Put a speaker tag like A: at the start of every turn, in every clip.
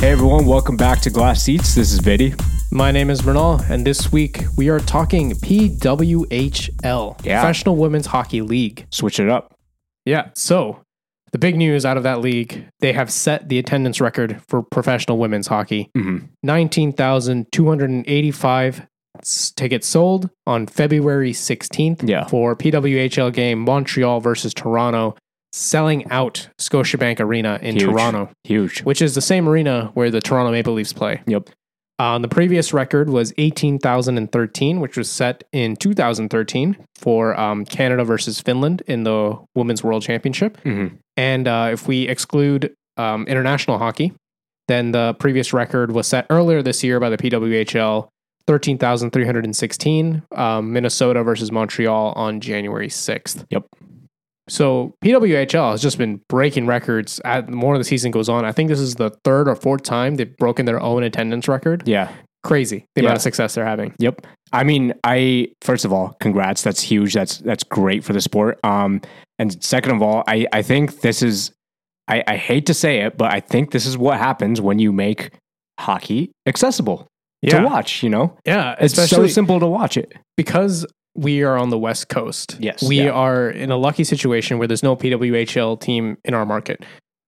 A: Hey everyone, welcome back to Glass Seats. This is Vidi.
B: My name is Renal, and this week we are talking PWHL,
A: Yeah.
B: Professional Women's Hockey League.
A: Switch it up.
B: Yeah, so the big news out of that league, they have set the attendance record for professional women's hockey
A: Mm-hmm.
B: 19,285 s- tickets sold on February 16th
A: Yeah.
B: for PWHL game Montreal versus Toronto, selling out Scotiabank Arena in
A: Huge.
B: Toronto,
A: Huge.
B: which is the same arena where the Toronto Maple Leafs play.
A: Yep.
B: Um, the previous record was 18,013, which was set in 2013 for um, Canada versus Finland in the Women's World Championship.
A: Mm-hmm.
B: And uh, if we exclude um, international hockey, then the previous record was set earlier this year by the PWHL, 13,316, um, Minnesota versus Montreal on January 6th.
A: Yep.
B: So PWHL has just been breaking records as more the season goes on. I think this is the third or fourth time they've broken their own attendance record.
A: Yeah.
B: Crazy the
A: Yeah.
B: amount of success they're having.
A: Yep. I mean, I first of all, congrats. That's huge. That's that's great for the sport. Um, and second of all, I I think this is, I I hate to say it, but I think this is what happens when you make hockey accessible to watch. You know,
B: yeah.
A: it's
B: Especially
A: so simple to watch it.
B: because we are on the West Coast,
A: Yes,
B: we
A: yeah.
B: are in a lucky situation where there's no PWHL team in our market. I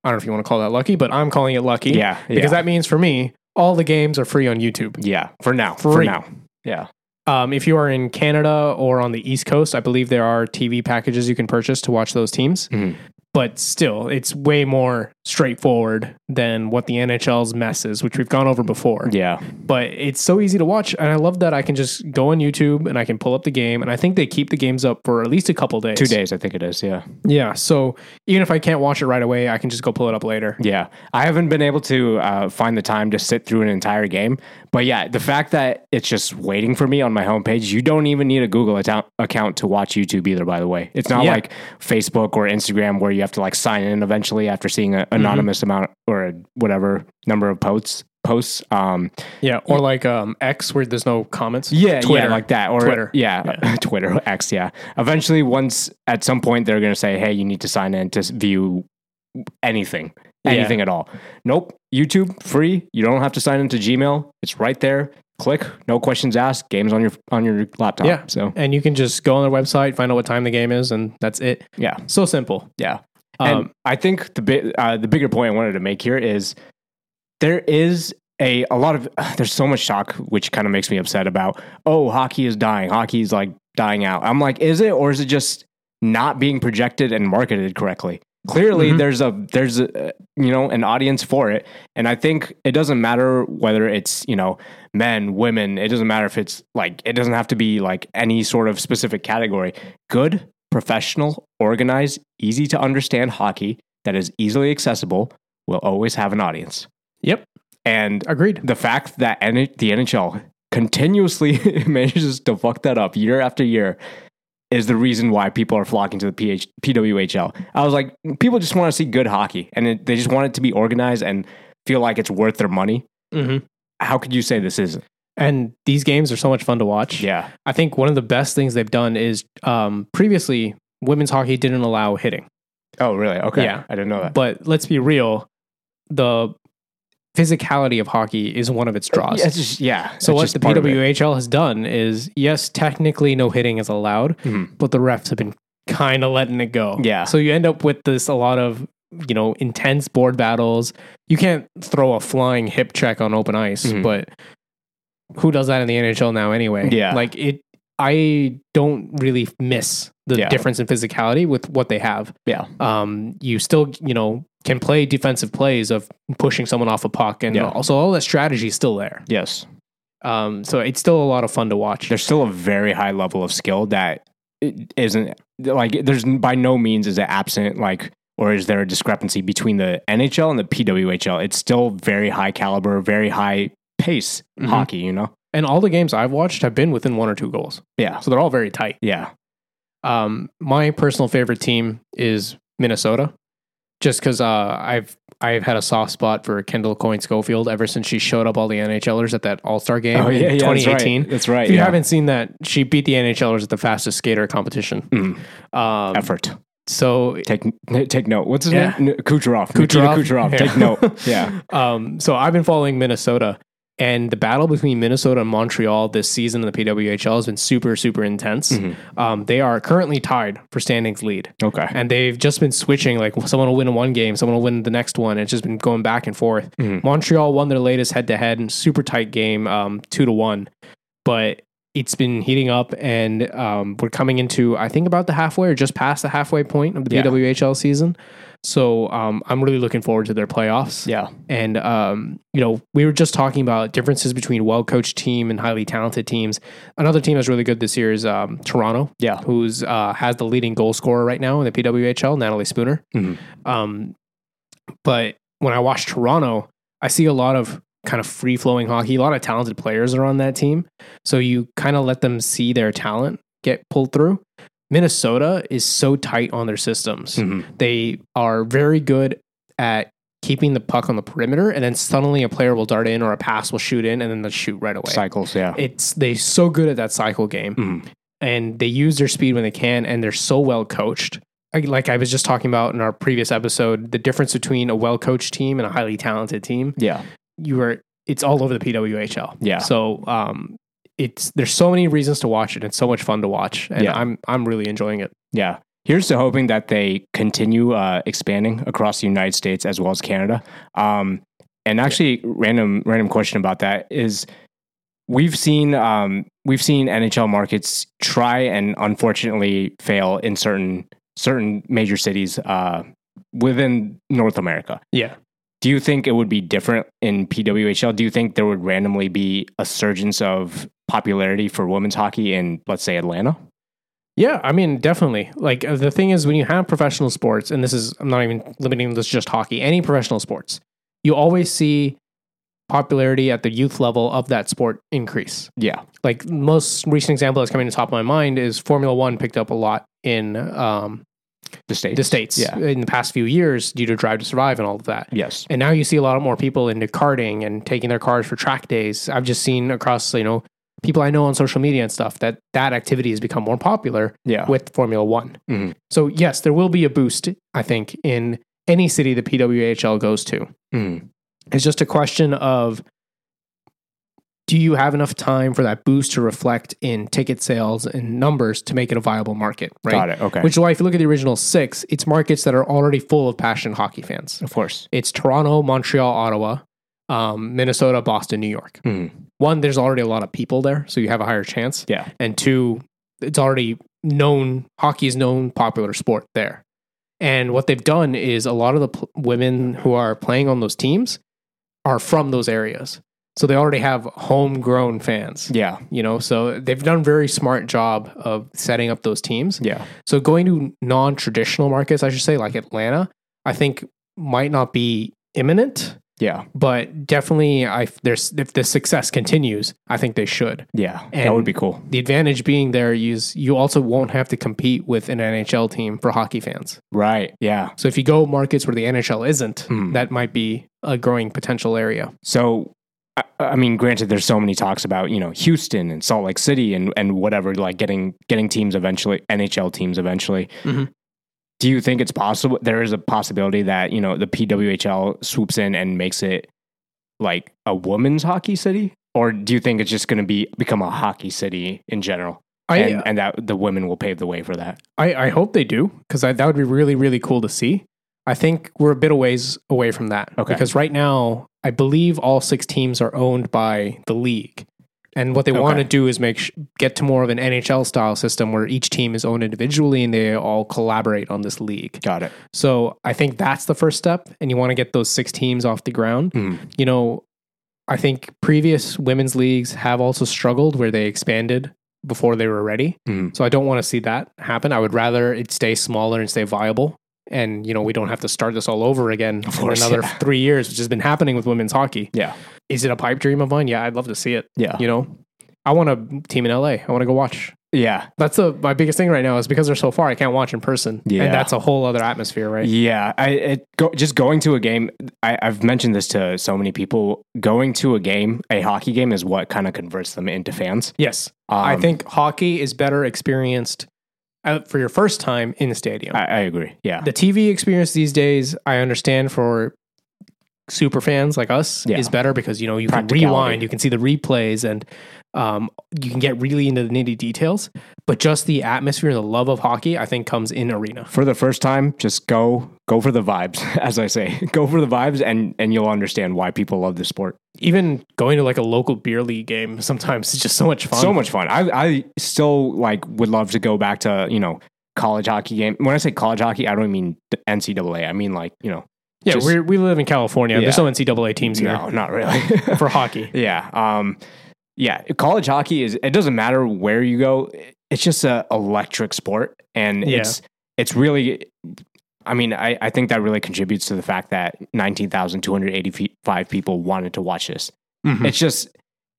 B: don't know if you want to call that lucky, but I'm calling it lucky.
A: Yeah.
B: Because
A: yeah.
B: that means for me, all the games are free on YouTube.
A: yeah. For now. For
B: Free.
A: now. Yeah.
B: Um, if you are in Canada or on the East Coast, I believe there are TV packages you can purchase to watch those teams.
A: Mhm.
B: But still, it's way more straightforward than what the NHL's mess is, which we've gone over before
A: Yeah.
B: but it's so easy to watch and i love that i can just go on youtube and i can pull up the game and i think they keep the games up for at least a couple days
A: Two days, I think it is. Yeah.
B: yeah so even if i can't watch it right away i can just go pull it up later
A: Yeah, I haven't been able to uh, find the time to sit through an entire game, but yeah, the fact that it's just waiting for me on my homepage. You don't even need a Google account account to watch YouTube either. By the way, it's not
B: Yeah.
A: like Facebook or Instagram where you have to like sign in eventually after seeing an anonymous amount or a whatever number of posts. Posts, um,
B: yeah or like um x where there's no comments
A: yeah,
B: Twitter.
A: yeah, like that, or
B: Twitter.
A: yeah, Twitter X, yeah. Eventually, once at some point, they're gonna say, "Hey, you need to sign in to s- view anything,
B: Yeah.
A: anything at all." Nope, YouTube free. You don't have to sign into Gmail. It's right there. Click, no questions asked. Games on your on your laptop.
B: Yeah.
A: So
B: and you can just go on their website find out what time the game is and that's it
A: yeah,
B: so simple
A: yeah.
B: um
A: and I think the bi- uh, the bigger point I wanted to make here is there is a a lot of there's so much talk which kind of makes me upset about oh hockey is dying hockey is like dying out I'm like is it or is it just not being projected and marketed correctly clearly
B: Mhm.
A: there's a there's a uh, you know an audience for it and I think it doesn't matter whether it's you know men women it doesn't matter if it's like it doesn't have to be like any sort of specific category good professional organized easy to understand hockey that is easily accessible will always have an audience
B: yep
A: and
B: agreed
A: the fact that N- the NHL continuously manages to fuck that up year after year is the reason why people are flocking to the PH- PWHL. I was like, people just want to see good hockey and it, they just want it to be organized and feel like it's worth their money.
B: hmm
A: How could you say this isn't?
B: and these games are so much fun to watch
A: Yeah.
B: i think one of the best things they've done is um previously women's hockey didn't allow hitting
A: Oh, really? Okay.
B: Yeah.
A: I didn't know that.
B: But let's be real, the physicality of hockey is one of its draws.
A: Yeah, it's just, yeah.
B: so
A: it's
B: what
A: just
B: the
A: part of it.
B: PWHL has done is, yes, technically no hitting is allowed,
A: Mhm.
B: but the refs have been kind of letting it go.
A: Yeah.
B: So you end up with this a lot of you know intense board battles. You can't throw a flying hip check on open ice,
A: Mhm.
B: but who does that in the NHL now anyway?
A: Yeah.
B: Like it. I don't really miss the
A: Yeah.
B: difference in physicality with what they have
A: Yeah.
B: um, you still you know can play defensive plays of pushing someone off a puck and
A: Yeah.
B: also all that strategy is still there
A: Yes.
B: um, so it's still a lot of fun to watch
A: there's still a very high level of skill that it isn't like there's by no means is it absent like or is there a discrepancy between the NHL and the PWHL? It's still very high caliber, very high pace
B: Mhm.
A: hockey, you know?
B: and all the games i've watched have been within one or two goals
A: Yeah.
B: so they're all very tight
A: Yeah.
B: um, my personal favorite team is minnesota just because uh, i've I've had a soft spot for Kendall Coyne Schofield ever since she showed up all the NHLers at that All Star game in 2018.
A: Oh, That's right.
B: If you
A: yeah.
B: haven't seen that, she beat the NHLers at the fastest skater competition.
A: Mm,
B: Um,
A: effort.
B: So
A: Take n- take note. What's his
B: Yeah.
A: name? N- Kucherov. Nikita Kucherov.
B: Yeah.
A: Take note. Yeah.
B: Um, so I've been following Minnesota, and the battle between Minnesota and Montreal this season in the PWHL has been super, super intense.
A: Mhm.
B: Um, they are currently tied for standings lead,
A: Okay.
B: and they've just been switching. Like someone will win in one game, someone will win the next one. It's just been going back and forth.
A: Mhm.
B: Montreal won their latest head to head and super tight game, um, two to one. But it's been heating up, and um, we're coming into I think about the halfway or just past the halfway point of the
A: Yeah.
B: PWHL season. So um, I'm really looking forward to their playoffs.
A: Yeah.
B: And um, you know, we were just talking about differences between well coached team and highly talented teams. Another team that's really good this year is um, Toronto,
A: Yeah.
B: who's uh, has the leading goal scorer right now in the PWHL, Natalie Spooner.
A: Mhm.
B: Um, but when I watch Toronto, I see a lot of kind of free flowing hockey. A lot of talented players are on that team, so you kind of let them see their talent get pulled through. Minnesota is so tight on their systems.
A: Mhm.
B: They are very good at keeping the puck on the perimeter, and then suddenly a player will dart in or a pass will shoot in, and then they'll shoot right away.
A: Cycles. Yeah.
B: It's they so good at that cycle game,
A: Mhm.
B: and they use their speed when they can, and they're so well coached. I- Like I was just talking about in our previous episode, the difference between a well coached team and a highly talented team.
A: Yeah.
B: You are it's all over the PWHL.
A: Yeah.
B: So um, it's there's so many reasons to watch it. It's so much fun to watch, and
A: Yeah.
B: I'm I'm really enjoying it.
A: Yeah. Here's to hoping that they continue uh, expanding across the United States as well as Canada. Um, and actually, random random question about that is we've seen um, we've seen NHL markets try and unfortunately fail in certain certain major cities uh, within North America.
B: Yeah.
A: Do you think it would be different in PWHL? Do you think there would randomly be a surgence of popularity for women's hockey in, let's say, Atlanta?
B: Yeah, I mean, definitely. Like uh, the thing is, when you have professional sports, and this is, I'm not even limiting this to just hockey, any professional sports, you always see popularity at the youth level of that sport increase.
A: Yeah.
B: Like most recent example that's coming to the top of my mind is Formula One picked up a lot in um,
A: The states.
B: the states
A: Yeah.
B: in the past few years due to Drive to Survive and all of that.
A: Yes.
B: And now you see a lot more people into karting and taking their cars for track days. I've just seen across, you know, people I know on social media and stuff that that activity has become more popular
A: Yeah.
B: with Formula One.
A: Mhm.
B: So yes, there will be a boost, I think, in any city the PWHL goes to.
A: Mhm.
B: It's just a question of do you have enough time for that boost to reflect in ticket sales and numbers to make it a viable market, right?
A: Got it. Okay.
B: Which is why if you look at the original six, it's markets that are already full of passionate hockey fans.
A: of course.
B: It's Toronto, Montreal, Ottawa, um, Minnesota, Boston, New York.
A: Mhm.
B: One, there's already a lot of people there, so you have a higher chance
A: Yeah.
B: and two, it's already known hockey is known popular sport there. And what they've done is a lot of the pl- women who are playing on those teams are from those areas. So they already have homegrown fans,
A: Yeah.
B: you know. So they've done a very smart job of setting up those teams.
A: Yeah.
B: So going to non-traditional markets, I should say, like Atlanta, I think might not be imminent,
A: Yeah.
B: but definitely, I there's if the success continues, I think they should
A: Yeah. that
B: And-
A: would be cool.
B: the advantage being there is you also won't have to compete with an NHL team for hockey fans.
A: Right. Yeah.
B: So if you go markets where the NHL isn't,
A: Hmm.
B: that might be a growing potential area.
A: So, I, I mean, granted, there's so many talks about you know Houston and Salt Lake City and and whatever, like getting getting teams eventually, NHL teams eventually.
B: Mhm.
A: Do you think it's possible? There is a possibility that you know the PWHL swoops in and makes it like a women's hockey city, or do you think it's just going to be become a hockey city in general,
B: I
A: and, and that the women will pave the way for that?
B: I, I hope they do because that would be really really cool to see. I think we're a bit a ways away from that
A: Okay.
B: because right now I believe all six teams are owned by the league, and what they want to
A: Okay.
B: do is make sh- get to more of an NHL style system where each team is owned individually and they all collaborate on this league.
A: Got it.
B: So I think that's the first step, and you want to get those six teams off the ground.
A: Mhm.
B: You know, I think previous women's leagues have also struggled where they expanded before they were ready.
A: Mhm.
B: So I don't want to see that happen. I would rather it stay smaller and stay viable. And you know we don't have to start this all over again for
A: course,
B: another
A: yeah.
B: three years, which has been happening with women's hockey.
A: Yeah.
B: Is it a pipe dream of mine? Yeah, I'd love to see it.
A: Yeah.
B: You know, I want a team in LA. I want to go watch.
A: Yeah.
B: That's the my biggest thing right now is because they're so far, I can't watch in person.
A: Yeah.
B: and that's a whole other atmosphere, right?
A: Yeah, I it go, just going to a game. I, I've mentioned this to so many people. Going to a game, a hockey game, is what kind of converts them into fans.
B: Yes. I
A: Um,
B: think hockey is better experienced out for your first time in the stadium.
A: I, I agree. Yeah.
B: the TV experience these days, I understand for super fans like us,
A: Yeah.
B: is better because you know you can
A: Practicality.
B: rewind, you can see the replays, and um, you can get really into the nitty details. But just the atmosphere and the love of hockey, I think, comes in arena.
A: for the first time, just go go for the vibes, as I say. go for the vibes and and you'll understand why people love this sport.
B: Even going to like a local beer league game sometimes is just so much fun.
A: So much fun. I I still like would love to go back to, you know, college hockey game. When I say college hockey, I don't mean the NCAA. I mean like, you know,
B: Yeah,
A: just-
B: we we live in California. There's
A: Yeah.
B: no NCAA teams here
A: no, not really.
B: for hockey.
A: yeah. Um yeah, college hockey is it doesn't matter where you go. It's just a electric sport and
B: Yeah.
A: it's it's really I mean, I, I think that really contributes to the fact that 19,285 people wanted to watch this.
B: Hmm.
A: it's just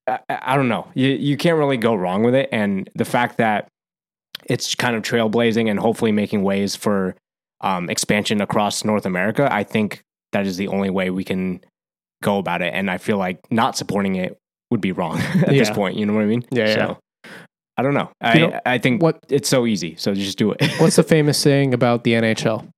A: I, I don't know you, you can't really go wrong with it and the fact that it's kind of trailblazing and hopefully making ways for um, expansion across north america i think that is the only way we can go about it and i feel like not supporting it would be wrong at this
B: Yeah.
A: point you know what i mean
B: Yeah,
A: so
B: yeah.
A: i don't know i,
B: know-
A: I think
B: what-
A: it's so easy so just do it
B: What's the famous saying about the NHL?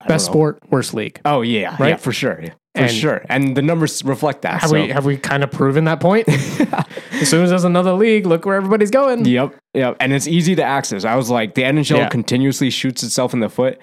A: I don't
B: Best
A: know.
B: sport, worst league.
A: oh yeah yeah
B: right?
A: for sure yeah, for
B: And-
A: sure and the numbers reflect that
B: Have
A: so.
B: we have we kind of proven that point? as soon as there's another league, look where everybody's going.
A: Yep, yep. And it's easy to access. I was like, the NHL
B: Mm. Yeah.
A: continuously shoots itself in the foot.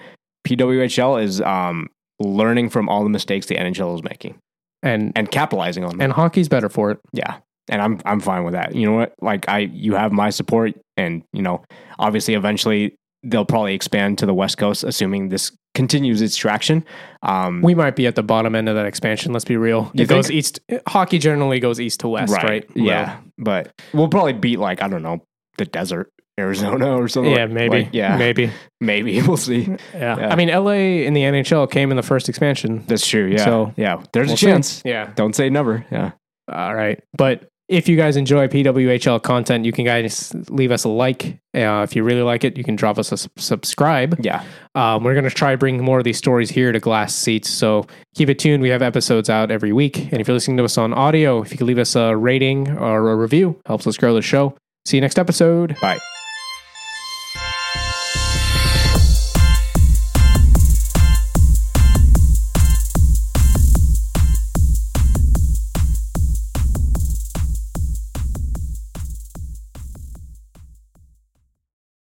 A: PWHL is um, learning from all the mistakes the NHL is making
B: And
A: and capitalizing on them.
B: and hockey's better for it.
A: yeah, and I'm I'm fine with that. You know what? Like I, you have my support, and you know, obviously, eventually they'll probably expand to the West Coast, assuming this continues its traction. Um,
B: We might be at the bottom end of that expansion, let's be real.
A: You
B: it goes
A: think?
B: east hockey generally goes east to west, right?
A: Yeah, but we'll probably beat like I don't know the desert. Arizona or
B: Well,
A: something.
B: yeah,
A: like-
B: maybe.
A: like, yeah, maybe.
B: Maybe.
A: We'll see.
B: Yeah.
A: Yeah.
B: I mean LA in the NHL came in the first expansion.
A: That's true. Yeah.
B: So-
A: yeah, there's
B: We'll
A: a
B: see.
A: chance.
B: Yeah.
A: Don't say never. Yeah.
B: All right. But if you guys enjoy PWHL content, you can guys leave us a like. Uh, if you really like it, you can drop us a sub- subscribe.
A: Yeah.
B: Um, we're going to try bringing more of these stories here to Glass Seats. So keep it tuned. We have episodes out every week. And if you're listening to us on audio, if you could leave us a rating or a review, helps us grow the show. See you next episode.
A: Bye.